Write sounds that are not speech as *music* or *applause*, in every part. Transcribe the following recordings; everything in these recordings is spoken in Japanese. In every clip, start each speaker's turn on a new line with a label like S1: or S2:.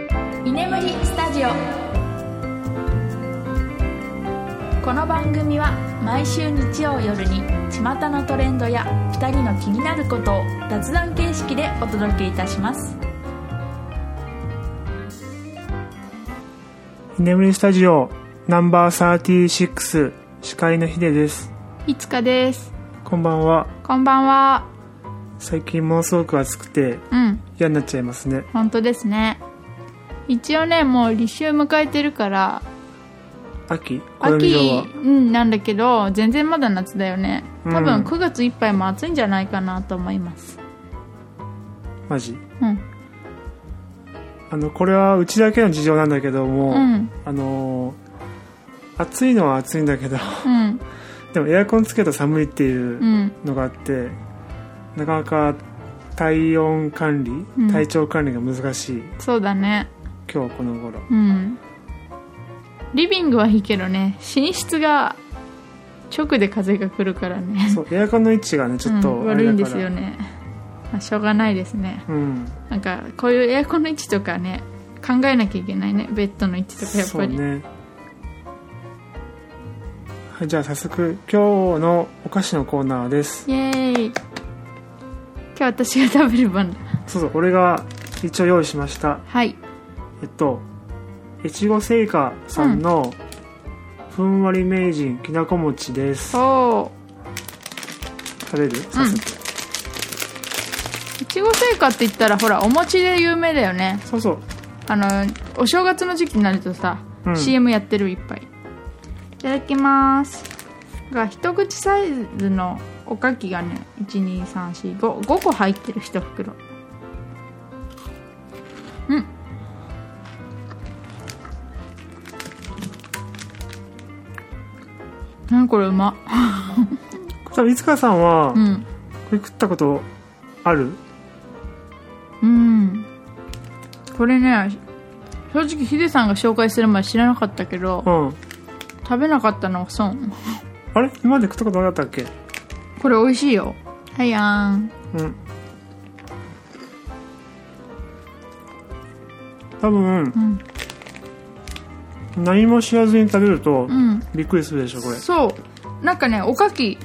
S1: 眠りスタジオこの番組は毎週日曜夜に巷のトレンドや2人の気になることを雑談形式でお届けいたします
S2: 居眠りスタジオナンバー36司会のヒデです
S3: いつかです。
S2: こんばんは
S3: こんばんは。
S2: 最近ものすごく暑くて
S3: うん、
S2: 嫌になっちゃいますね
S3: 本当ですね。一応ね、もう立秋迎えてるから、
S2: 秋暦
S3: 秋、
S2: 上は
S3: うん、なんだけど、全然まだ夏だよね。多
S2: うん
S3: 分9月いっぱいも暑いんじゃないかなと思います。
S2: マジ
S3: うん、
S2: あのこれはうちだけの事情なんだけども、
S3: うん、
S2: あのー暑いのは暑いんだけど *laughs*
S3: うん、、
S2: でもエアコンつけると寒いっていううんのがあって、なかなか体温管理、
S3: うん
S2: 体調管理が難しい
S3: そうだね。
S2: 今日この頃
S3: うん。リビングはいいけどね、寝室が直で風が来るからね。
S2: そうエアコンの位置がねちょっ
S3: うん
S2: とあ
S3: 悪い
S2: れだから、
S3: んですよね。まあ、しょうがないですね。
S2: うん
S3: なんかこういうエアコンの位置とかね考えなきゃいけないねベッドの位置とかやっ
S2: そ
S3: ぱ
S2: う
S3: り、
S2: ねはいじゃあ早速今日のお菓子のコーナーです
S3: イエーイ今日私が食べる番だ
S2: そうそう俺が一応用意しました
S3: はい
S2: えっと越後製菓さんのふんわり名人きなこ餅です、
S3: お
S2: 食べる早速、
S3: いちご製菓って言ったらほらお餅で有名だよね
S2: そうそう、
S3: あのお正月の時期になるとさ、
S2: うん
S3: CM やってるいっぱいいただきますが一口サイズのおかきがね12345個入ってる一袋うん何これうま
S2: 多分いつかさんは、
S3: う
S2: こ
S3: ん
S2: れ食ったことある
S3: うんこれね正直ヒデさんが紹介する前知らなかったけど
S2: うん
S3: 食べなかったのは損
S2: あれ今まで食ったことなかったっけ
S3: これ美味しいよはいやーん
S2: うん多分
S3: うん
S2: 何も知らずに食べると
S3: うん
S2: びっくりするでしょこれ
S3: そうなんかねおかき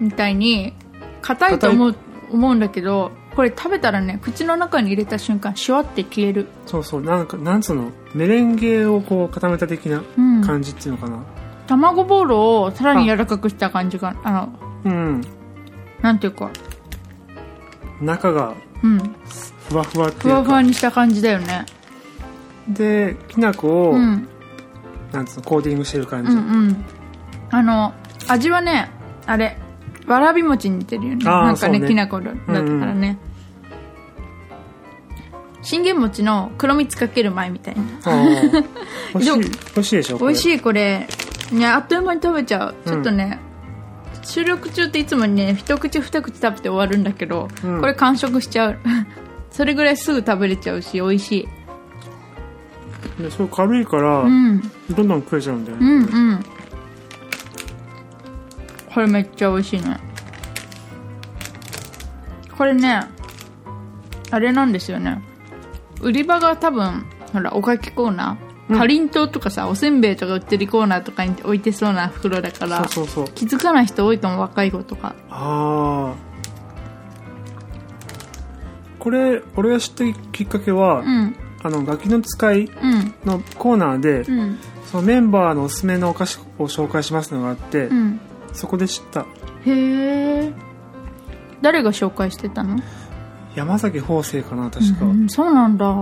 S3: みたいに硬いと思う思うんだけどこれ食べたらね口の中に入れた瞬間シュワって消える
S2: そうそうなんかなんつうのメレンゲをこう固めた的な
S3: うん
S2: 感じっていうのかな
S3: 卵ボールをさらに柔らかくした感じがあの
S2: うん、
S3: なんていうか
S2: 中が
S3: うん
S2: ふわふわってい
S3: ふ
S2: うか
S3: わふわにした感じだよね
S2: できな粉を、
S3: うん
S2: なんつうのコーティングしてる感
S3: う
S2: じ、
S3: んうんあの味はねあれわらび餅に似てるよね
S2: あー
S3: なんかね
S2: そうね
S3: きなこだったからね、信玄餅の黒蜜かける前みたいな
S2: あー美味しい
S3: *laughs* でも
S2: 美味しいでしょこ
S3: 美
S2: れ
S3: 味しいこれねあっという間に食べちゃう、
S2: うん
S3: ちょっとね収録中っていつもね一口二口食べて終わるんだけど、
S2: うん
S3: これ完食しちゃう *laughs* それぐらいすぐ食べれちゃうし美味しい、
S2: ですごい軽いから、
S3: うん、
S2: どんどん食えちゃうんだよ
S3: う
S2: ね、
S3: んうんこれめっちゃ美味しいねこれねあれなんですよね売り場が多分ほらおかきコーナーかりんとうとかさおせんべいとか売ってるコーナーとかに置いてそうな袋だから
S2: そうそうそう
S3: 気づかない人多いと思う若い子とか
S2: ああこれ俺が知ったきっかけは、
S3: うん
S2: あのガキの使い
S3: うん
S2: のコーナーで、
S3: うん
S2: そのメンバーのおすすめのお菓子を紹介しますのがあって、
S3: うん
S2: そこで知った
S3: へえ誰が紹介してたの
S2: 山崎邦生かな確か、
S3: う
S2: うん
S3: んそうなんだ、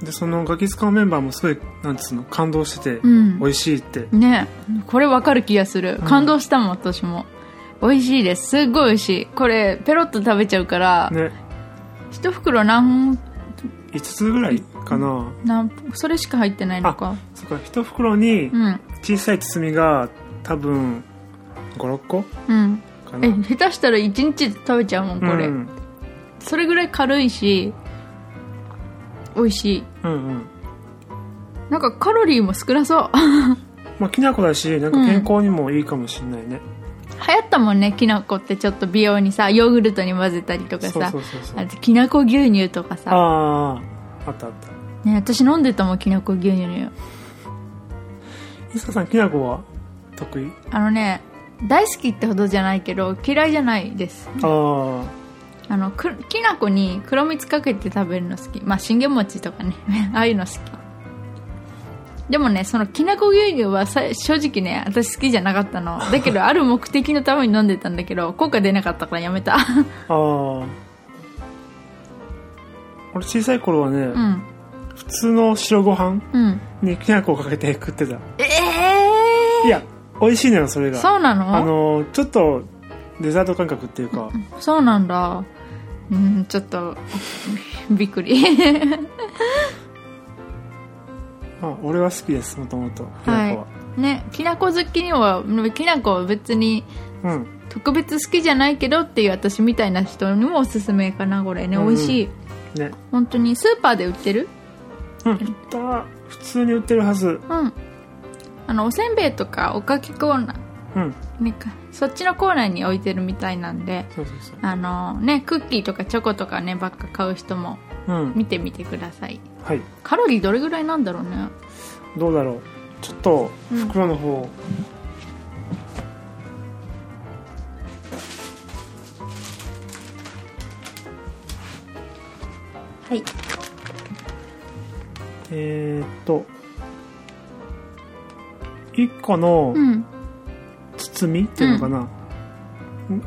S2: でそのガキ使のメンバーもすごいなんつうの感動してて、
S3: うん
S2: 美味しいって
S3: ねこれわかる気がする
S2: ん
S3: 感動したもん、私も美味しいですすっごい美味しいこれペロッと食べちゃうから、
S2: ね
S3: 一袋何
S2: 5つぐらいかな、
S3: 何それしか入ってないのか
S2: そっか1袋に
S3: うん
S2: 小さい包みが多分56個
S3: うん
S2: かな
S3: え下手したら一日食べちゃうもんこれ、
S2: うん、
S3: それぐらい軽いし美味しい
S2: うんうん
S3: なんかカロリーも少なそう *laughs*
S2: まあきな粉だしなんか健康にもいいかもしれないね、
S3: 流行ったもんねきな粉ってちょっと美容にさヨーグルトに混ぜたりとか
S2: そう
S3: さ
S2: そうそうそう
S3: あときな粉牛乳とかさ
S2: あああったあった
S3: ね私飲んでたもんきなこ牛乳
S2: 伊佐さんきなこは得意
S3: あのね大好きってほどじゃないけど嫌いじゃないです
S2: あ
S3: あのくきなこに黒蜜かけて食べるの好きまあ信玄餅とかね *laughs* ああいうの好きでもねそのきなこ牛乳はさ正直ね私好きじゃなかったのだけどある目的のために飲んでたんだけど効果出なかったからやめた *laughs*
S2: あああ俺小さい頃はね、
S3: うん
S2: 普通の白ご飯
S3: うん
S2: にきな粉をかけて食ってた
S3: え
S2: い
S3: え
S2: や美味しいのよそれが
S3: そうなの
S2: あのちょっとデザート感覚っていうか、
S3: そうなんだうんちょっとびっくり *laughs*
S2: まあ、俺は好きですもともときな粉は、
S3: はいねきなこ好きにはきなこは別に
S2: うん
S3: 特別好きじゃないけどっていう私みたいな人にもおすすめかなこれね
S2: うん
S3: 美味しい、
S2: ね
S3: 本当にスーパーで売ってる
S2: うん売った普通に売ってるはず
S3: うんあのおせんべいとかおかきコーナ
S2: うん
S3: ーねかそっちのコーナーに置いてるみたいなんで
S2: そうそうそう
S3: あのねクッキーとかチョコとかねばっか買う人も
S2: うん
S3: 見てみてください
S2: はい
S3: カロリーどれぐらいなんだろうね
S2: どうだろうちょっと袋の方を、
S3: はい
S2: えー、っと1個の
S3: うん
S2: 包みっていうのかな、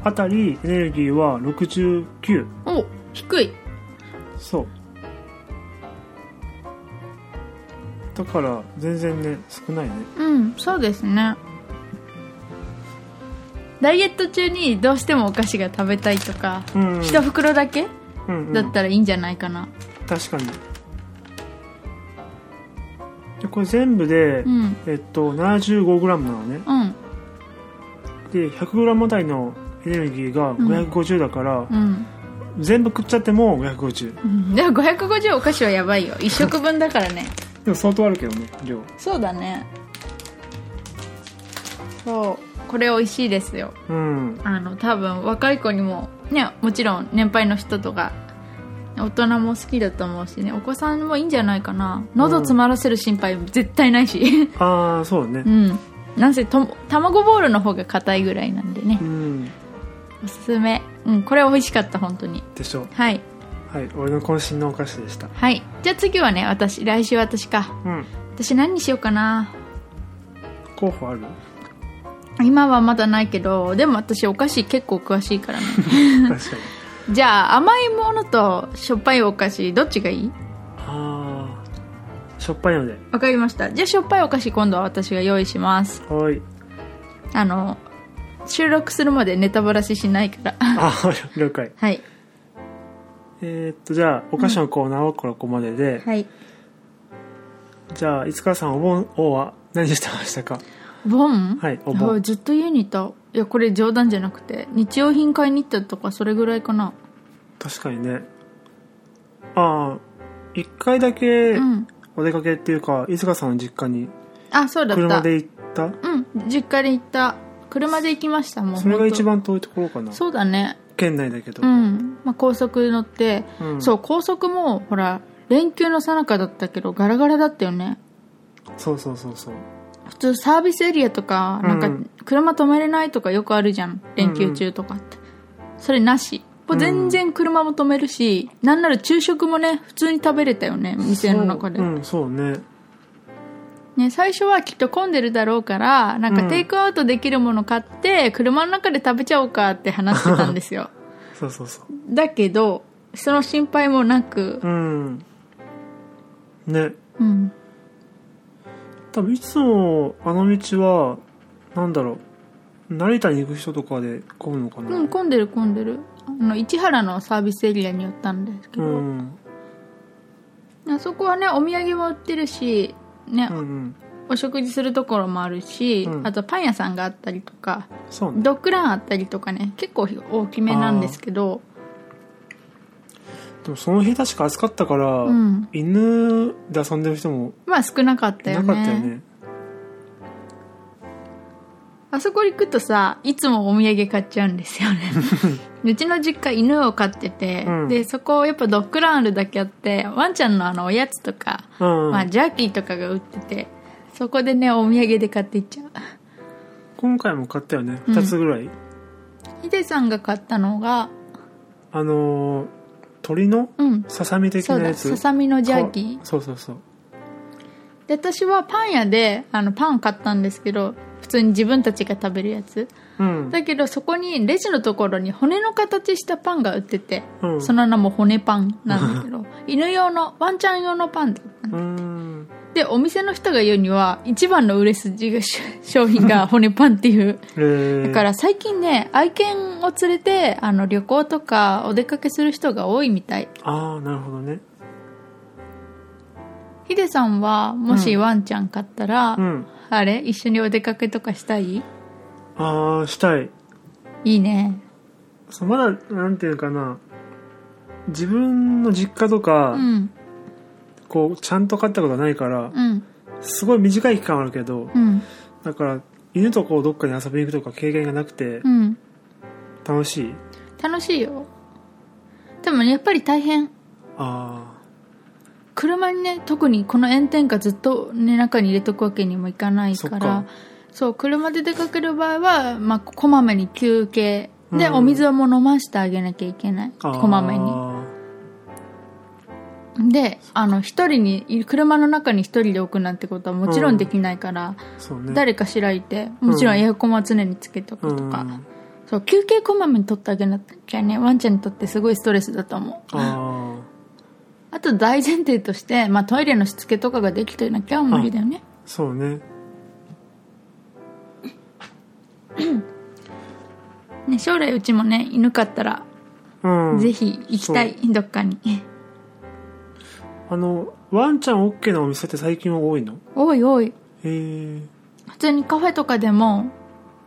S2: あたりエネルギーは69
S3: お低い
S2: そうだから全然ね少ないね
S3: うんそうですねダイエット中にどうしてもお菓子が食べたいとか、
S2: うんうん
S3: 一袋だけ
S2: うんうん
S3: だったらいいんじゃないかな
S2: 確かにでこれ全部で、
S3: うん
S2: えっと 75g なのね
S3: うん
S2: で 100g あたりのエネルギーが550だから、
S3: うん、
S2: 全部食っちゃっても550
S3: うん、でも550お菓子はやばいよ一食分だからね
S2: でも相当あるけどね量
S3: そうだねそうこれ美味しいですよ
S2: うん
S3: あの多分若い子にもねもちろん年配の人とか大人も好きだと思うしねお子さんもいいんじゃないかな喉詰まらせる心配絶対ないし
S2: ああそうね
S3: うんなんせと卵ボールの方が硬いぐらいなんでね
S2: うん、
S3: おすすめうんこれ美味しかった本当に
S2: でしょ
S3: はい
S2: はい俺の渾身のお菓子でした
S3: はいじゃあ次はね私来週私か
S2: うん
S3: 私何にしようかな
S2: 候補ある *laughs*
S3: 今はまだないけどでも私お菓子結構詳しい *laughs* からね
S2: 確かに
S3: じゃあ甘いものとしょっぱいお菓子どっちがいい
S2: ああしょっぱいので
S3: わかりましたじゃあしょっぱいお菓子今度は私が用意します
S2: はい
S3: あの収録するまでネタバラシしないから *laughs*
S2: ああ *laughs* 了解
S3: はい
S2: えーっとじゃあお菓子のコーナーはここまでで、
S3: はい
S2: じゃあいつかさんお盆王は何してましたか
S3: ボン
S2: はいお盆
S3: あずっと家にいたいやこれ冗談じゃなくて日用品買いに行ったとかそれぐらいかな
S2: 確かにねああ一回だけ
S3: うん
S2: お出かけっていうか、いつかさんの実家に
S3: あそうだった
S2: 車で行った
S3: うん実家で行った車で行きましたもん
S2: それが一
S3: 本
S2: 番遠いところかな
S3: 当そうだね
S2: 県内だけど、
S3: うん、まあ、高速乗って、
S2: うん
S3: そう高速もほら連休の最中だったけどガラガラだったよね
S2: そうそうそうそう
S3: 普通サービスエリアとかなん
S2: う
S3: か
S2: ん
S3: 車止めれないとかよくあるじゃん連休中とかって、それなしもう全然車も止めるし、なんなら昼食もね普通に食べれたよね店の中で、
S2: うんそうね
S3: ね、最初はきっと混んでるだろうからなんか
S2: うん
S3: テイクアウトできるもの買って車の中で食べちゃおうかって話してたんですよ
S2: そうそうそう
S3: だけどその心配もなく
S2: うんね
S3: うん
S2: 多分いつもあの道はなんだろう成田に行く人とかで混むのかな
S3: うん、混んでる混んでるあの市原のサービスエリアに寄ったんですけ
S2: う
S3: ど、
S2: ん
S3: あそこはねお土産も売ってるし、ね
S2: うんうん
S3: お食事するところもあるし、
S2: うん
S3: あとパン屋さんがあったりとか
S2: そうね
S3: ドッグランあったりとかね結構大きめなんですけど
S2: でもその日確か暑かったから、
S3: うん
S2: 犬で遊んでる人も
S3: まあ少なかった
S2: い
S3: よ
S2: な
S3: ね
S2: かったよね
S3: あそこ行くとさいつもお土産買っちゃうんです
S2: *laughs*
S3: よねうちの実家犬を飼ってて、
S2: うん
S3: でそこやっぱドッグランあるだけあってワンちゃんのあのおやつとか、
S2: うん
S3: まあ、ジャーキーとかが売っててそこでねお土産で買っていっちゃう
S2: 今回も買ったよね
S3: うん
S2: 2つぐらい、
S3: ヒデさんが買ったのが
S2: あのー鳥の
S3: うん
S2: ささみ的
S3: そう
S2: なや
S3: だ
S2: つ
S3: ささみのジャーキー
S2: かそうそうそう
S3: で私はパン屋であのパン買ったんですけど普通に自分たちが食べるやつ
S2: うん
S3: だけどそこにレジのところに骨の形したパンが売ってて、
S2: うん
S3: その名も骨パンなんだけ
S2: *laughs*
S3: ど犬用のワンちゃん用のパンだったの
S2: うーん
S3: でお店の人が言うには一番の売れ筋が商品が骨パンっていう
S2: えー、
S3: だから最近ね愛犬を連れてあの旅行とかお出かけする人が多いみたい
S2: ああなるほどね
S3: ヒデさんはもしワンちゃん買ったら、
S2: うん
S3: あれ一緒にお出かけとかしたい
S2: ああしたい
S3: いいね
S2: そうまだなんていうかな自分の実家とか、
S3: うん
S2: こうちゃんと飼ったことがないから
S3: うん
S2: すごい短い期間あるけど
S3: うん
S2: だから犬とこうどっかに遊びに行くとか経験がなくて
S3: うん
S2: 楽しい、
S3: 楽しいよでもねやっぱり大変
S2: あ
S3: 車にね特にこの炎天下ずっと、ね、中に入れとくわけにもいかないから
S2: そっか
S3: そう車で出かける場合は、まあ、こまめに休憩で、
S2: うん
S3: お水も飲ませてあげなきゃいけない
S2: ーあー
S3: こまめにであの一人に車の中に一人で置くなんてことはもちろんできないから、
S2: そうね
S3: 誰かしらいてもちろん
S2: うん
S3: エアコンは常につけておくとか、
S2: うん
S3: そう休憩こまめに取ってあげなきゃねワンちゃんにとってすごいストレスだと思う
S2: あ
S3: あと大前提として、まあ、トイレのしつけとかができてなきゃ無理だよね、
S2: あそうね
S3: ね将来うちもね犬飼ったら、
S2: うん
S3: ぜひ行きたいどっかに
S2: あのワンちゃん OK なお店って最近は多いの
S3: おいおい
S2: へえ
S3: 普通にカフェとかでも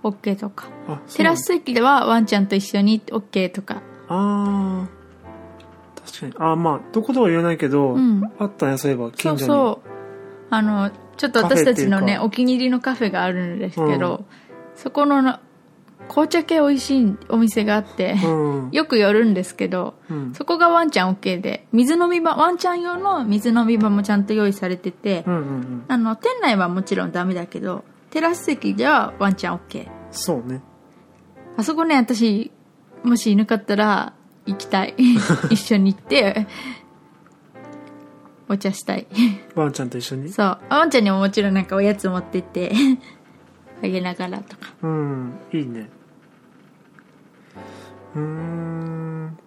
S3: OK とか
S2: あそう
S3: テラス席ではワンちゃんと一緒に OK とか
S2: ああ確かにあーまあどことは言えないけど、
S3: うん
S2: あったねそういえば
S3: そう
S2: 近所に
S3: そうあのちょっと私たちのね
S2: カフェっていうか
S3: お気に入りのカフェがあるんですけど、そこのな紅茶系美味しいお店があって、
S2: うん、
S3: よく寄るんですけど、
S2: うん
S3: そこがワンちゃん OK で水飲み場ワンちゃん用の水飲み場もちゃんと用意されてて、
S2: うんうんうん
S3: あの店内はもちろんダメだけどテラス席ではワンちゃん OK
S2: そうね
S3: あそこね私もし犬飼ったら行き *laughs* たい一緒に行ってお茶したい
S2: ワンちゃんと一緒に
S3: そうあワンちゃんにももちろんなんかおやつ持ってってあげながらとか
S2: うんいいねうーん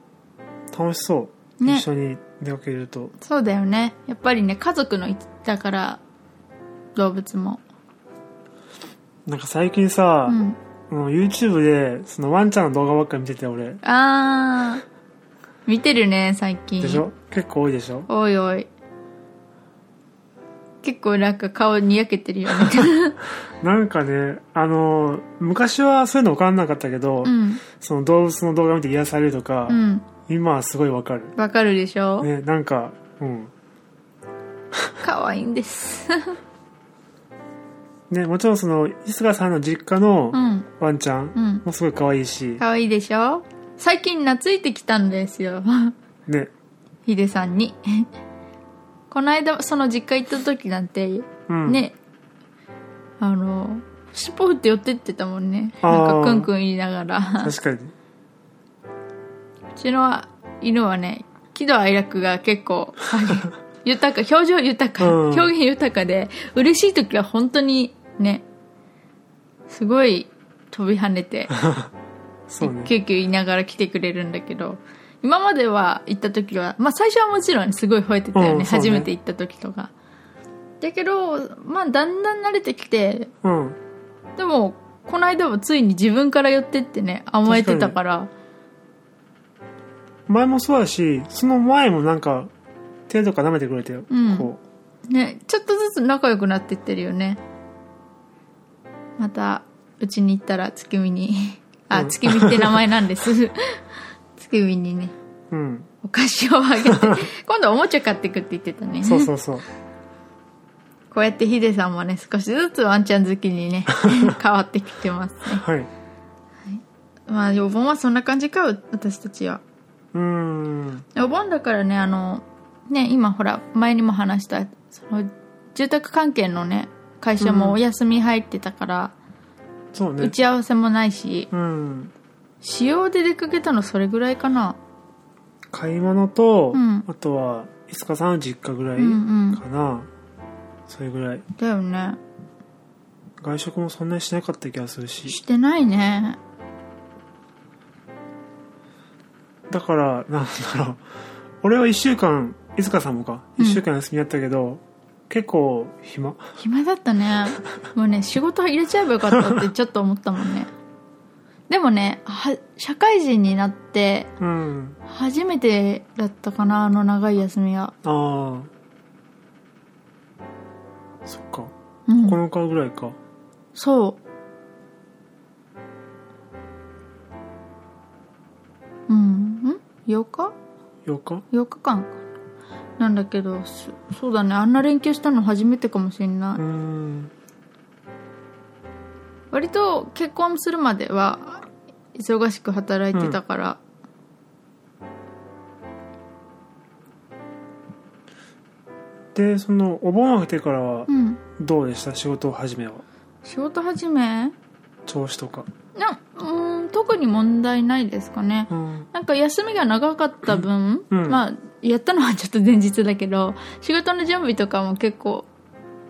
S2: 楽しそう、
S3: ね
S2: 一緒に出かけると
S3: そうだよねやっぱりね家族のだから動物も
S2: なんか最近さ
S3: う、ん
S2: もう YouTube でそのワンちゃんの動画ばっかり見てて俺
S3: あー見てるね最近
S2: でしょ結構多いでしょ
S3: おいおい結構なんか顔にやけてるよ
S2: *laughs*
S3: ね
S2: なんかねあの昔はそういうの分かんなかったけど、
S3: うん
S2: その動物の動画見て癒されるとか、
S3: うん
S2: 今はすごいわかる
S3: わかるでしょ、
S2: ねなんかうん
S3: かわいいんです *laughs*
S2: ねもちろんその伊賀さんの実家の
S3: うん
S2: ワンちゃ
S3: うんん
S2: もすごい可愛いし、
S3: かわいいでしょ最近懐いてきたんですよ *laughs*
S2: ね
S3: ヒデさんに *laughs* この間その実家行った時なんて
S2: うん
S3: ね、あの尻尾振って寄ってってたもんね
S2: あ
S3: な
S2: ー
S3: んかクンクン言いながらう
S2: 確かに
S3: ちの犬はね喜怒哀楽が結構
S2: *laughs*
S3: 豊か表情豊か、
S2: うん
S3: 表現豊かで嬉しい時は本当にねすごい飛び跳ねて
S2: そうね
S3: キューキュー言いながら来てくれるんだけど今までは行った時は、まあ、最初はもちろんすごい吠えてたよね,、
S2: うんそうね
S3: 初めて行った時とかだけど、まあ、だんだん慣れてきて
S2: うん
S3: でもこの間はついに自分から寄ってってね甘えてたから
S2: 前もそうだしその前もなんか手とか舐めてくれてよ、
S3: うん
S2: こ
S3: ねちょっとずつ仲良くなってってるよねまたうちに行ったら月見にあ、
S2: うん
S3: 月見って名前なんです *laughs* 月見にね
S2: ううん *laughs*
S3: お菓子をあげて今度おもちゃ買ってくって言ってたね
S2: そうそうそう
S3: こうやってヒデさんもね、少しずつワンちゃん好きに
S2: *laughs*
S3: ね、変わってきてますね。
S2: はい。う
S3: まあ、お盆はそんな感じか、う私たちは。
S2: ーん。
S3: お盆だからね、あの、ね、今ほら、前にも話した、その、住宅関係のね、会社もお休み入ってたから、
S2: そうね。
S3: 打ち合わせもないし、
S2: うん。
S3: 使用で出かけたのそれぐらいかな。
S2: 買い物と、
S3: うん
S2: あとは、いつかさんの実家ぐらい
S3: うんうん。
S2: かな。それぐらい。
S3: だよね。
S2: 外食もそんなにしなかった気がするし。
S3: してないね。
S2: だから、なんだろう。俺は一週間、いつかさんもか。
S3: うん
S2: 一週間休みだったけど、結構暇。
S3: 暇だったね。もうね、仕事入れちゃえばよかったってちょっと思ったもんね。でもね、は、社会人になって、
S2: うん。
S3: 初めてだったかな、あの長い休みは。
S2: ああ。そっか。
S3: うん。
S2: 9日ぐらいか。
S3: そう。うん。ん ?8 日
S2: 8日
S3: ?8 日間かな。なんだけど、そそうだね。あんな連休したの初めてかもしれない。
S2: うーん。
S3: 割と結婚するまでは、忙しく働いてたから。
S2: で、その、お盆明けてからは
S3: う、ん。
S2: どうでした仕事を始めは。
S3: 仕事始め
S2: 調子とか。
S3: な、うーん、特に問題ないですかね。
S2: うん。
S3: なんか休みが長かった分、
S2: うん
S3: まあ、やったのはちょっと前日だけど、仕事の準備とかも結構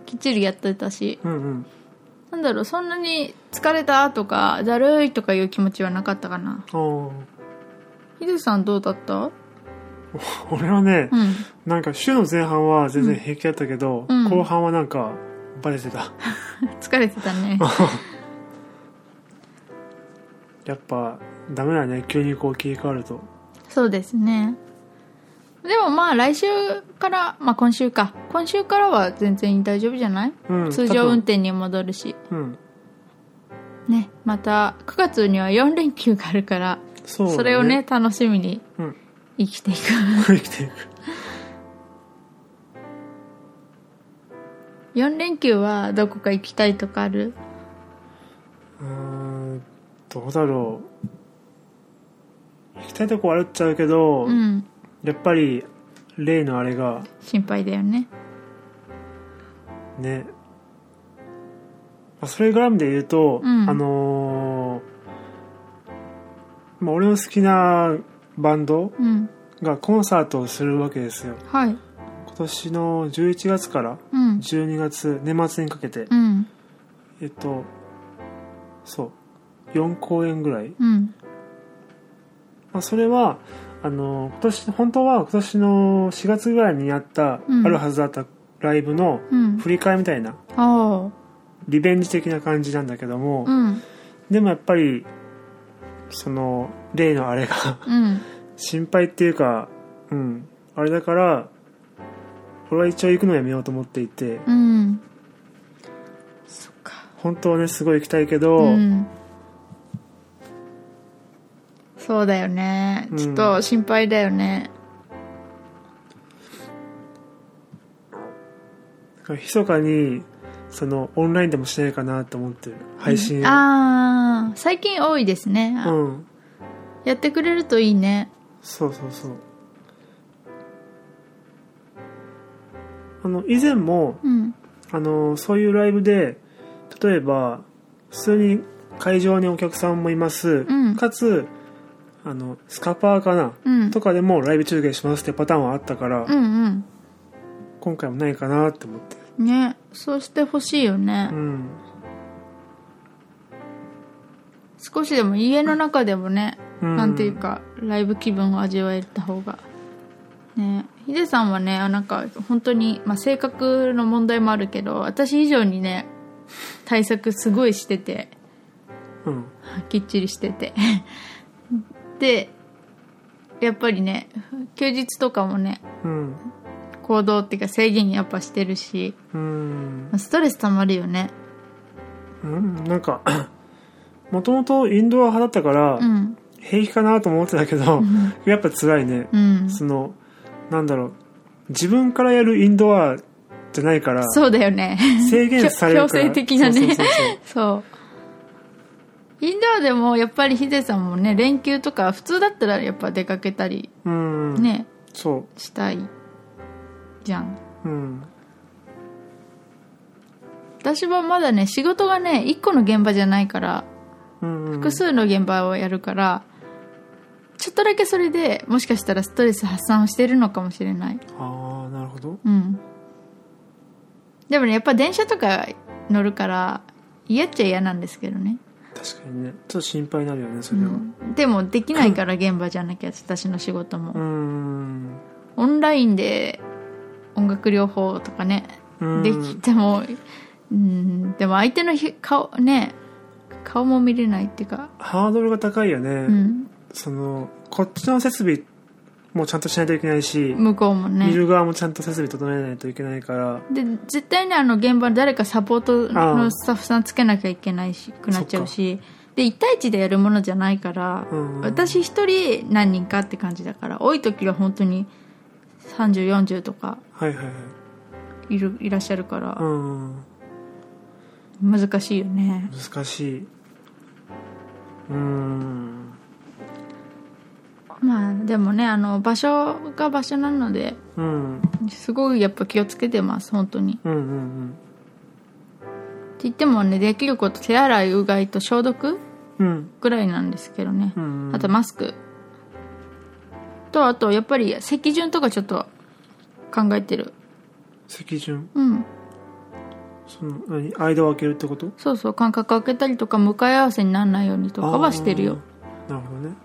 S3: きっちりやってたし、
S2: うんうん。
S3: なんだろう、そんなに疲れたとか、だるいとかいう気持ちはなかったかな。
S2: ああ。
S3: ヒデさんどうだった
S2: 俺はね、
S3: うん。
S2: なんか週の前半は全然平気だったけど、
S3: うんうん
S2: 後半はなんかバレてた
S3: 疲れてたね。
S2: やっぱダメだね急にこう切り替わると
S3: そうですね。でもまあ来週から、まあ今週か。今週からは全然大丈夫じゃない、
S2: うん
S3: 通常運転に戻るし。
S2: うん
S3: ね。また9月には4連休があるから、
S2: そうだ、
S3: それをね、楽しみに
S2: うん
S3: 生きていく。
S2: *laughs*
S3: *laughs*
S2: 生きていく
S3: 4連休はどこか行きたいとかある
S2: うーんどうだろう行きたいとこ悪っちゃうけど、
S3: うん。
S2: やっぱり例のあれが
S3: 心配だよね。
S2: ね、まあ、それ絡みで言うと、
S3: うん
S2: あのーまあ、俺の好きなバンド
S3: うん。
S2: がコンサートをするわけですよ
S3: はい。
S2: 今年の11月から
S3: うん。
S2: 12月年末にかけて、
S3: うん。
S2: えっとそう4公演ぐらい、
S3: うん。
S2: まあ、それはあの今年本当は今年の4月ぐらいにやった、
S3: うん
S2: あるはずだったライブの
S3: うん。
S2: 振り替えみたいな
S3: あ
S2: リベンジ的な感じなんだけども、
S3: あ。うん。
S2: でもやっぱりその例のあれが *laughs*
S3: うん。
S2: 心配っていうかうんあれだから俺は一応行くのやめようと思っていて
S3: うん。そっか。
S2: 本当はねすごい行きたいけど、
S3: うん。そうだよね。ちょっと心配だよね。
S2: 密かにそのオンラインでもしないかなと思ってる配信を
S3: ああ、最近多いですね、
S2: うん
S3: やってくれるといいね。
S2: そうそうそうあの以前も
S3: うん。
S2: あのそういうライブで例えば普通に会場にお客さんもいます、
S3: うん
S2: かつあのスカパーかな、
S3: うん。
S2: とかでもライブ中継しますってパターンはあったから、
S3: うん
S2: 今回もないかなって思って
S3: うん。ね。そうしてほしいよね、
S2: うん
S3: 少しでも家の中でもね、
S2: うん
S3: なんていうか、ライブ気分を味わえた方が。ねヒデさんはね、あなんか本当に、まあ、性格の問題もあるけど、私以上にね、対策すごいしてて、
S2: うん
S3: きっちりして *laughs* て。で、やっぱりね、休日とかもね、
S2: うん
S3: 行動っていうか制限やっぱしてるし、
S2: うん
S3: ストレス溜まるよね。
S2: うん、なんか、 *coughs* もともとインドア派だったから
S3: う、ん。
S2: 平気かなと思ってたけど、やっぱ辛いね。
S3: うん。
S2: その、なんだろう、自分からやるインドアじゃないから、
S3: そうだよね。
S2: 制限されるから
S3: 強制的な
S2: そう
S3: ね
S2: そ
S3: *laughs*
S2: うそうそう。
S3: そう。インドアでもやっぱりヒデさんもね、連休とか普通だったらやっぱ出かけたり
S2: うん。
S3: ね、
S2: そ
S3: したいじゃん。
S2: う。うん。
S3: 私はまだね、仕事がね、一個の現場じゃないから、
S2: うんうん。
S3: 複数の現場をやるから、ちょっとだけそれでもしかしたらストレス発散をしてるのかもしれない。
S2: ああ、なるほど。
S3: うん。でもね、やっぱ電車とか乗るから、嫌っちゃ嫌なんですけどね。
S2: 確かにね。ちょっと心配になるよね、そうれは。
S3: ん、でもできないから現場じゃなきゃ私の仕事も、
S2: うん。
S3: オンラインで音楽療法とかね、
S2: うん
S3: できても、うん、でも相手のひ顔ね顔も見れないっていうか、
S2: ハードルが高いよね。
S3: うん、
S2: その、こっちの設備もちゃんとしないといけないし、
S3: 向こうも
S2: 見
S3: ね
S2: る側もちゃんと設備整えないといけないから、
S3: で絶対にあの現場誰かサポート
S2: あ
S3: の
S2: あ
S3: スタッフさんつけなきゃいけないしくなっちゃうしで1対1でやるものじゃないから、
S2: うんうん
S3: 私一人何人かって感じだから多い時は本当に3040とか
S2: はいはいはい。
S3: いるいらっしゃるから、
S2: うん。
S3: 難しいよね
S2: 難しい。うん。
S3: まあでもねあの場所が場所なので
S2: うん。
S3: すごいやっぱ気をつけてます本当にって
S2: うんうんうん。
S3: 言ってもねできること手洗いうがいと消毒
S2: うん。
S3: ぐらいなんですけどね、
S2: うんうん
S3: あとマスクとあとやっぱり席順とかちょっと考えてる
S2: 席順。
S3: うん
S2: その、何間を空けるってこと
S3: そうそう間隔空けたりとか向かい合わせにならないようにとかはしてるよ
S2: あー。なるほどね。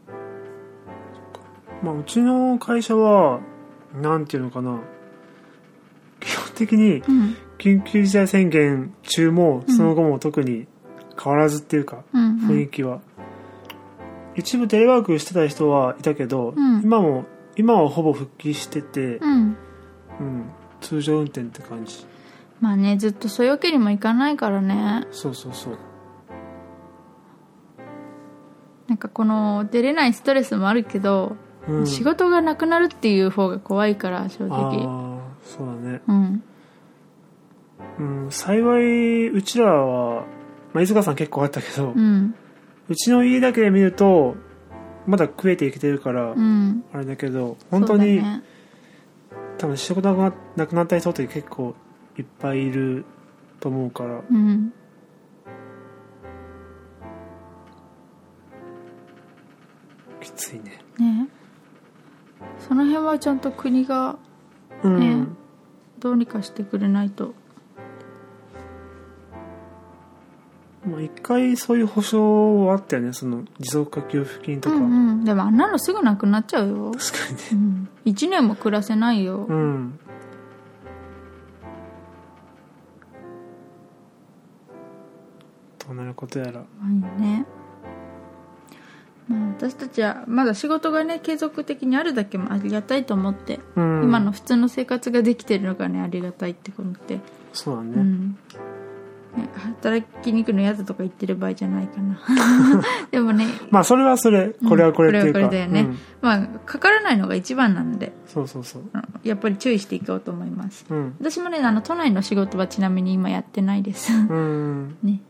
S2: そっかまあ、うちの会社は、なんていうのかな。基本的に
S3: うん
S2: 緊急事態宣言中も、その後も特に変わらずっていうか、
S3: うんう
S2: 雰
S3: ん
S2: 囲気は。一部テレワークしてた人はいたけど、
S3: うん
S2: 今も、今はほぼ復帰してて、
S3: うん
S2: うん、通常運転って感じ。
S3: まあねずっとそういうわけにもいかないからね
S2: そうそうそう。
S3: なんかこの出れないストレスもあるけど、
S2: うん、
S3: 仕事がなくなるっていう方が怖いから正直
S2: ああ、そうだね。
S3: うん
S2: うん、幸い、うちらは、まあ、飯塚さん結構あったけど、
S3: う
S2: う
S3: ん
S2: ちの家だけで見ると、まだ食えていけてるから、
S3: うん
S2: あれだけど、本当に、
S3: そうだね
S2: 多分仕事がなくなった人って結構いっぱいいると思うから、
S3: うん
S2: きついね。
S3: ねその辺はちゃんと国が
S2: うん。
S3: ねどうにかしてくれないと
S2: まあ、一回そういう保証はあったよね、その持続化給付金と
S3: う
S2: か。
S3: んうんでもあんなのすぐなくなっちゃうよ、
S2: 確かにね。
S3: うん、1年も暮らせないよ、
S2: うん。どうなることやら。
S3: まあねまあ私たちはまだ仕事がね継続的にあるだけもありがたいと思って、
S2: うん
S3: 今の普通の生活ができてるのがねありがたいってことで、
S2: そうだね。
S3: うんね働きに行くの嫌だとか言ってる場合じゃないかな
S2: *laughs*
S3: でもね
S2: まあ、それはそれ。これはこれっていう
S3: こ
S2: か。
S3: れはこれだよね、
S2: うん
S3: まあかからないのが一番なので
S2: そうそうそう。
S3: あのやっぱり注意していこうと思います
S2: うん。
S3: 私もねあの都内の仕事はちなみに今やってない *laughs* です、
S2: うん。
S3: ね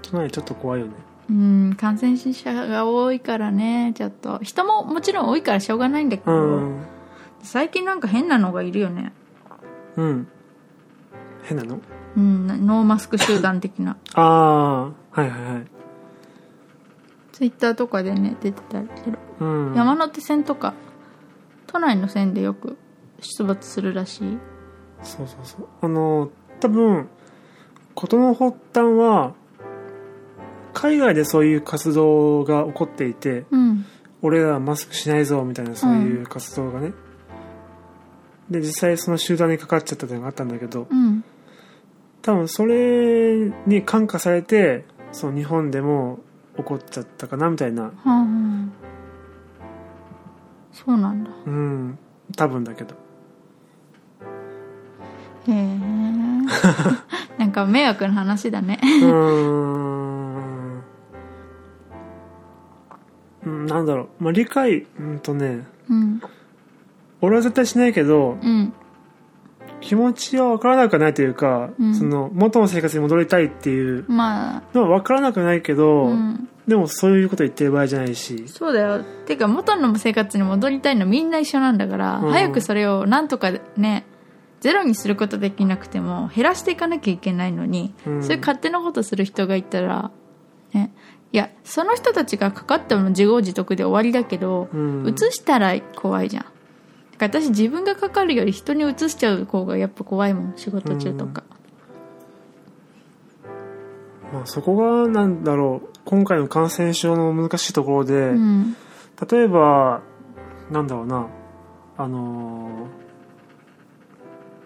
S2: 都内ちょっと怖いよね。
S3: うん感染者が多いからねちょっと人ももちろん多いからしょうがないんだけ
S2: う
S3: ど、
S2: ん。
S3: 最近なんか変なのがいるよね
S2: うん。変なの
S3: うんなノーマスク集団的な
S2: ああ、はいはいはい。
S3: *laughs* ツイッターとかでね出てたりする
S2: うん。
S3: 山手線とか都内の線でよく出没するらしい
S2: そうそうそう。あの、多分、事の発端は、海外でそういう活動が起こっていて、
S3: うん
S2: 俺らはマスクしないぞみたいなそういう活動がね、で実際その集団にかかっちゃったというのがあったんだけど
S3: うん
S2: 多分それに感化されてその日本でも起こっちゃったかなみたいな
S3: はあ、はあ、そうなんだ
S2: うん多分だけど
S3: へ *laughs* えなんか迷惑な話だね
S2: うーんうん、なんだろう、まあ、理解うんとね
S3: うん
S2: 俺は絶対しないけど
S3: うん
S2: 気持ちは分からなくはないというか、
S3: うん
S2: その元の生活に戻りたいっていう
S3: まあ
S2: のは分からなくはないけど、
S3: うん
S2: でもそういうこと言ってる場合じゃないし
S3: そうだよてか元の生活に戻りたいのみんな一緒なんだから、
S2: うん
S3: 早くそれをなんとかねゼロにすることできなくても減らしていかなきゃいけないのに、
S2: うん
S3: そういう勝手なことする人がいたらねいやその人たちがかかっても自業自得で終わりだけど、
S2: うん
S3: 移したら怖いじゃんだから私自分がかかるより人に移しちゃう方がやっぱ怖いもん仕事中とか、
S2: まあ、そこがなんだろう今回の感染症の難しいところで、
S3: うん
S2: 例えばなんだろうなあのー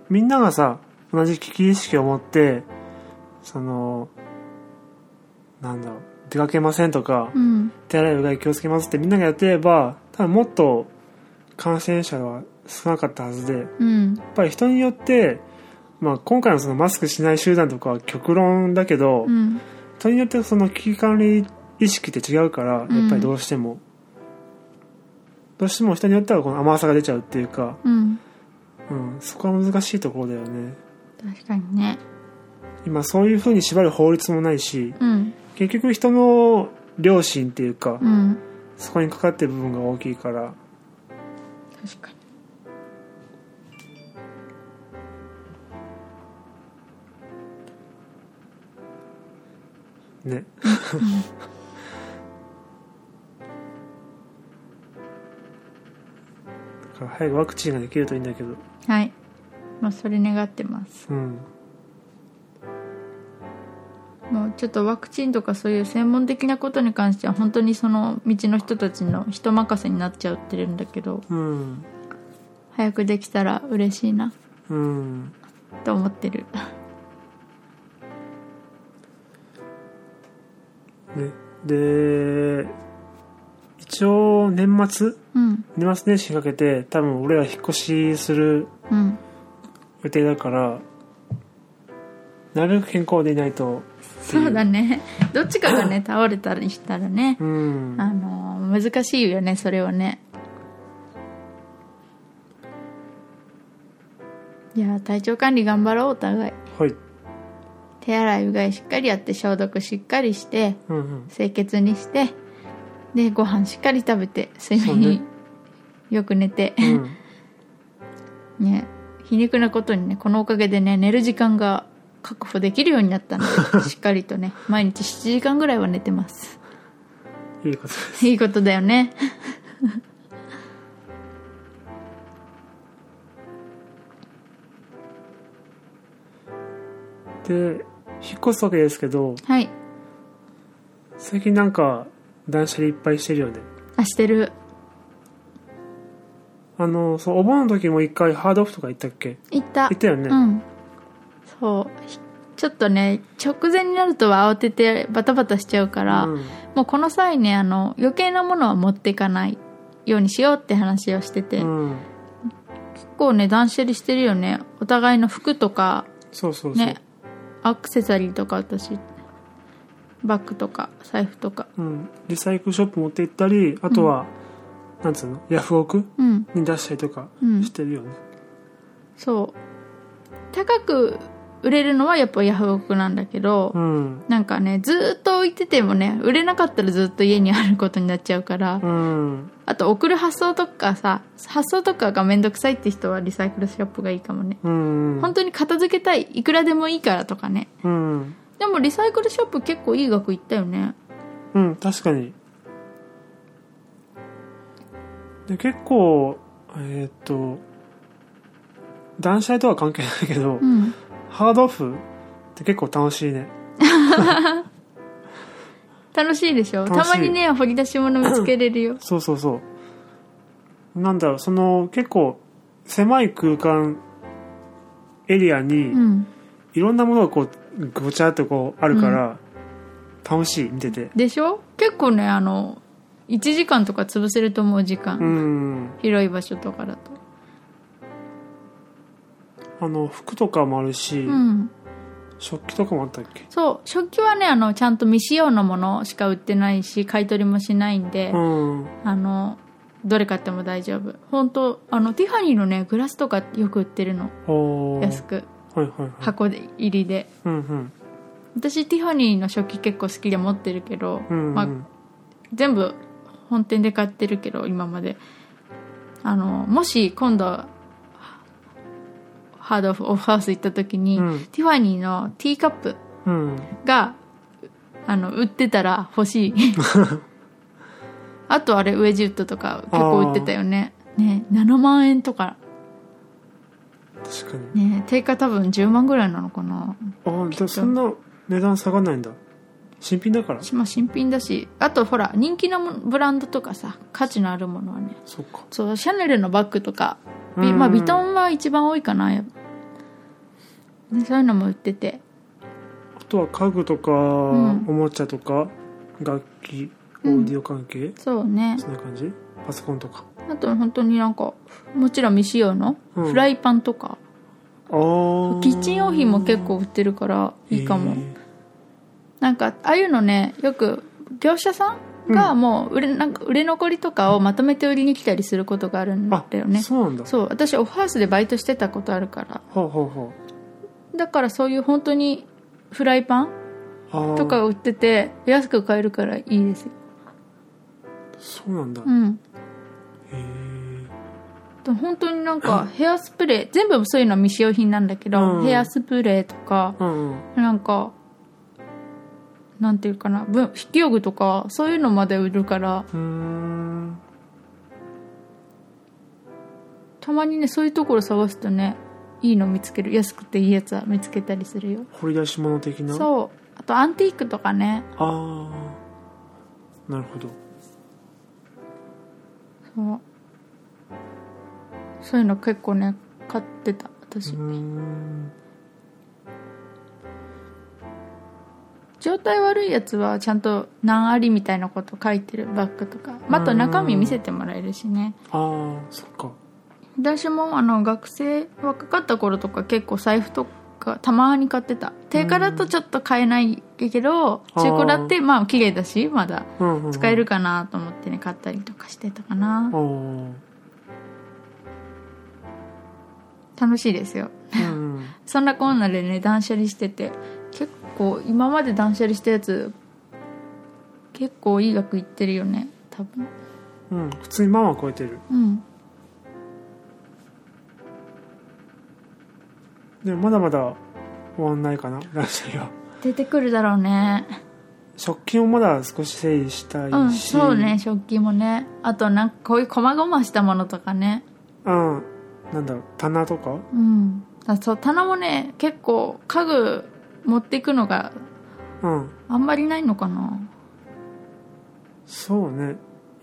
S2: みんながさ同じ危機意識を持ってそのなんだろう出かけませんとか、
S3: うん
S2: 手洗いうがい気をつけますってみんながやってれば多分もっと感染者は少なかったはずでやっ
S3: うん
S2: ぱり人によって、まあ、今回のそのマスクしない集団とかは極論だけど、
S3: うん
S2: 人によってその危機管理意識って違うから
S3: うん
S2: やっぱりどうしても、どうしても人によってはこの甘さが出ちゃうっていうか、
S3: うん
S2: うん、そこは難しいところだよね
S3: 確かにね
S2: 今そういうふうに縛る法律もないし
S3: うん
S2: 結局人の良心っていうか、
S3: うん
S2: そこにかかってる部分が大きいから
S3: 確かに
S2: ね *laughs* だから早くワクチンができるといいんだけど
S3: はい。まあ、それ願ってます。
S2: うん
S3: もうちょっとワクチンとかそういう専門的なことに関しては、本当にその道の人たちの人任せになっちゃってるんだけど、
S2: うん
S3: 早くできたら嬉しいな
S2: うん
S3: と思ってる。
S2: ね、で一応年末
S3: うん、
S2: 年末年始にかけて多分俺ら引っ越しする
S3: うん。
S2: 予定だからなるべく健康でいないと
S3: そうだね。 *laughs* どっちかがね、倒れたりしたらね
S2: う、ん
S3: あのー難しいよね、それはね。いやー、体調管理頑張ろう、お互い。
S2: はい
S3: 手洗いうがいしっかりやって、消毒しっかりして、
S2: うんうん
S3: 清潔にしてでご飯しっかり食べて睡眠
S2: そう
S3: に、
S2: ね
S3: よく寝て
S2: う、ん
S3: ね皮肉なことにねこのおかげでね寝る時間が確保できるようになった
S2: *laughs*
S3: のでしっかりとね毎日7時間ぐらいは寝てます
S2: いいことです
S3: いいことだよね
S2: で引っ越すわけですけど
S3: はい
S2: 最近なんか断捨離いっぱいしてるよね
S3: あしてる
S2: あのそうお盆の時も一回ハードオフとか行ったっけ
S3: 行った
S2: 行ったよね、
S3: うんそうひちょっとね直前になるとは慌ててバタバタしちゃうから、
S2: うん
S3: もうこの際ねあの余計なものは持っていかないようにしようって話をしてて、
S2: うん、
S3: 結構ね断捨離してるよねお互いの服とか
S2: そうそうそう、
S3: ねアクセサリーとか私バッグとか財布とか
S2: うん、リサイクルショップ持って行ったりあとは、なんつうのヤフオク
S3: うん
S2: に出したりとか
S3: うん
S2: してるよね、
S3: そう高く売れるのはやっぱヤフオクなんだけど、
S2: うん
S3: なんかねずーっと置いててもね売れなかったらずっと家にあることになっちゃうから、
S2: うん
S3: あと送る発送とかさ発送とかがめんどくさいって人はリサイクルショップがいいかもね、
S2: うん
S3: 本当に片付けたいいくらでもいいからとかね
S2: うん、
S3: でもリサイクルショップ結構いい額いったよね
S2: うん、確かにで結構えーっと断捨離とは関係ないけ
S3: う
S2: ど、
S3: ん
S2: ハードオフって結構楽しいね
S3: 楽しいでしょ
S2: 楽
S3: た
S2: しい
S3: まにね掘り出し物見つけれるよ
S2: そうそうそうなんだろうその結構狭い空間エリアに
S3: うん
S2: いろんなものがこうごちゃっとこうあるから、楽しい見てて
S3: でしょ結構ねあの1時間とか潰せると思う時間、
S2: うん
S3: 広い場所とかだと
S2: あの服とかもあるし、
S3: うん
S2: 食器とかもあったっけ
S3: そう食器はねあのちゃんと未使用のものしか売ってないし買い取りもしないんで、
S2: うん
S3: あのどれ買っても大丈夫本当あのティファニーのねグラスとかよく売ってるの
S2: おー
S3: 安く
S2: はいはいはい
S3: 箱で入りで
S2: うんうん
S3: 私ティファニーの食器結構好きで持ってるけど、
S2: うんうん、
S3: まあ、全部本店で買ってるけど今まであのもし今度ハードオフハウス行った時に、
S2: うん
S3: ティファニーのティーカップ
S2: うん
S3: があの売ってたら欲
S2: *laughs*
S3: しいあとあれウェジウッドとか結構売ってたよねね7万円とか
S2: 確かに
S3: ね定価多分10万ぐらいなのかな
S2: ああじゃあそんな値段下がんないんだ新品だから
S3: まあ新品だしあとほら人気のもブランドとかさ価値のあるものはね
S2: そっか
S3: そうシャネルのバッグとか、ビ
S2: うん
S3: まあ、ビトンは一番多いかな、ね、そういうのも売ってて
S2: あとは家具とか、
S3: ん
S2: おもちゃとか楽器オーディオ関係、
S3: そうね
S2: そんな感じパソコンとか
S3: あと本当になんかもちろん未使用の
S2: うん
S3: フライパンとか、
S2: ああ
S3: キッチン用品も結構売ってるからいいかも、なんかああいうのねよく業者さんがもう売れ,、なんか売れ残りとかをまとめて売りに来たりすることがあるんだ
S2: あ
S3: よね
S2: そうなんだ
S3: そう私オフハウスでバイトしてたことあるから
S2: はあ、は
S3: だからそういう本当にフライパン
S2: あはあ、あー
S3: とか売ってて安く買えるからいいですよ
S2: そうなんだ、
S3: うん
S2: へえ
S3: でも本当になんかヘアスプレー全部そういうのは未使用品なんだけど、
S2: うん
S3: ヘアスプレーとか
S2: うんうん
S3: なんかなんていうかなぶ筆記用具とかそういうのまで売るから
S2: うーん
S3: たまにねそういうところ探すとねいいの見つける安くていいやつは見つけたりするよ
S2: 掘り出し物的なう
S3: そうあとアンティークとかね
S2: ああなるほど
S3: そうそういうの結構ね買ってた私、
S2: うーん
S3: 状態悪いやつはちゃんと何ありみたいなこと書いてるバッグとかあと中身見せてもらえるしね
S2: ああそっか
S3: 私もあの学生若かった頃とか結構財布とかたまに買ってた定価だとちょっと買えないけど
S2: うん
S3: 中古だってまあ綺麗だしまだ
S2: うんうんうん、
S3: 使えるかなと思ってね買ったりとかしてたかな
S2: ああうん
S3: 楽しいですよ
S2: うん
S3: そんなこんなでね断捨離してて結構今まで断捨離したやつ結構いい額いってるよね多分
S2: うん普通にママは超えてる
S3: うん
S2: でもまだまだ終わんないかな断捨離は
S3: 出てくるだろうね
S2: 食器もまだ少し整理したいし、
S3: うんそうね食器もねあとなんかこういう細々したものとかね
S2: うんなんだろう棚とか
S3: うんあそう棚もね結構家具持っていくのが
S2: うん
S3: あんまりないのかな
S2: そうね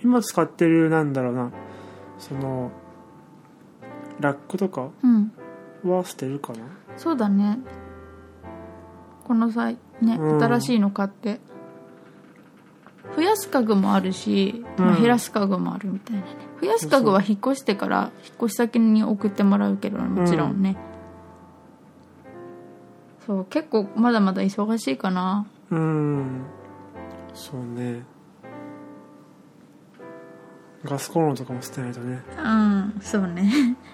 S2: 今使ってるなんだろうなそのラックとか
S3: うん
S2: は捨てるかな
S3: そうだねこの際ね、
S2: うん
S3: 新しいの買って増やす家具もあるし、
S2: うん
S3: まあ減らす家具もあるみたいなね増やす家具は引っ越してから引っ越し先に送ってもらうけどもちろんね、そう結構まだまだ忙しいかな
S2: うんそうねガスコンロとかも捨てないとね
S3: うんそうね *laughs*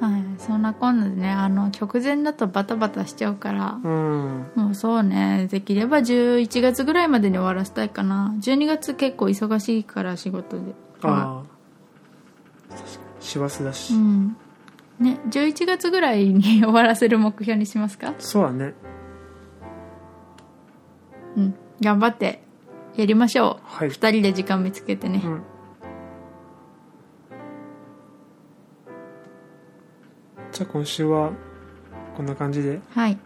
S3: はいそんなこんなでねあの直前だとバタバタしちゃうから
S2: うん
S3: もうそうねできれば11月ぐらいまでに終わらせたいかな12月結構忙しいから仕事で
S2: ああ師走だし、
S3: うんね11月ぐらいに終わらせる目標にしますか
S2: そうだね
S3: うん頑張ってやりましょう、
S2: は
S3: 二
S2: い
S3: 2人で時間見つけてね、
S2: うんじゃあ今週はこんな感じで
S3: はい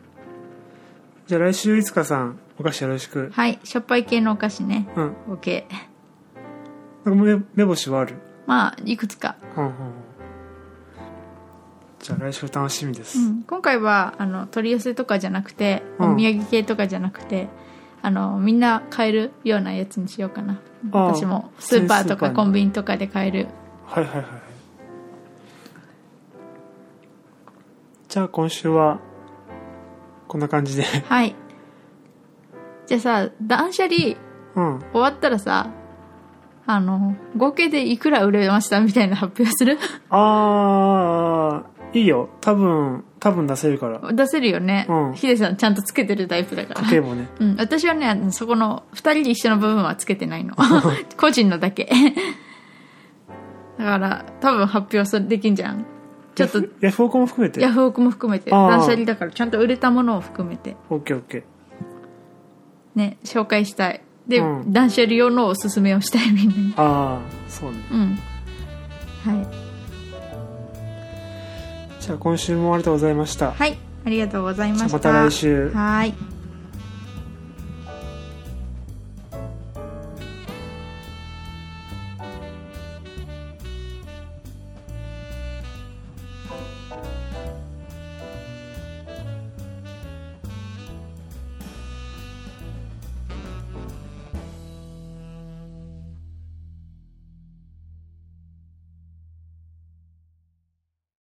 S2: じゃあ来週いつかさんお菓子よろしく
S3: はいしょっぱい系のお菓子ね
S2: うん
S3: OK
S2: なんか目目星はある
S3: まあいくつか
S2: うんうんうんじゃあ来週楽しみです、
S3: うん、今回はあの取り寄せとかじゃなくて、
S2: うん
S3: お土産系とかじゃなくてあのみんな買えるようなやつにしようかな
S2: ああ
S3: 私もスーパーと
S2: 普通にスーパー
S3: か
S2: に
S3: コンビニとかで買える
S2: はいはいはいはいじゃあ今週は、こんな感じで。
S3: はいじゃあさ断捨離
S2: うん。
S3: 終わったらさあの合計でいくら売れましたみたいな発表する *laughs*
S2: あー、いいよ。多分、多分出せるから。
S3: 出せるよね、
S2: うん
S3: ヒデさんちゃんとつけてるタイプだから
S2: 家計簿ね。
S3: うん、私はねそこの2人で一緒の部分はつけてない
S2: *laughs*
S3: の個人のだけだから多分発表それできんじゃんちょっと
S2: ヤフオクも含めて
S3: ヤ。フオクも含めて
S2: ああ
S3: 断捨離だからちゃんと売れたものを含めて
S2: オッケーオッケー。
S3: ね紹介したいで、
S2: うん
S3: 断捨離用のおすすめをしたいみんなに
S2: あー、そうね。
S3: うんはい
S2: じゃあ今週もありがとうございました。
S3: はいありがとうございました
S2: また来週。
S3: はーい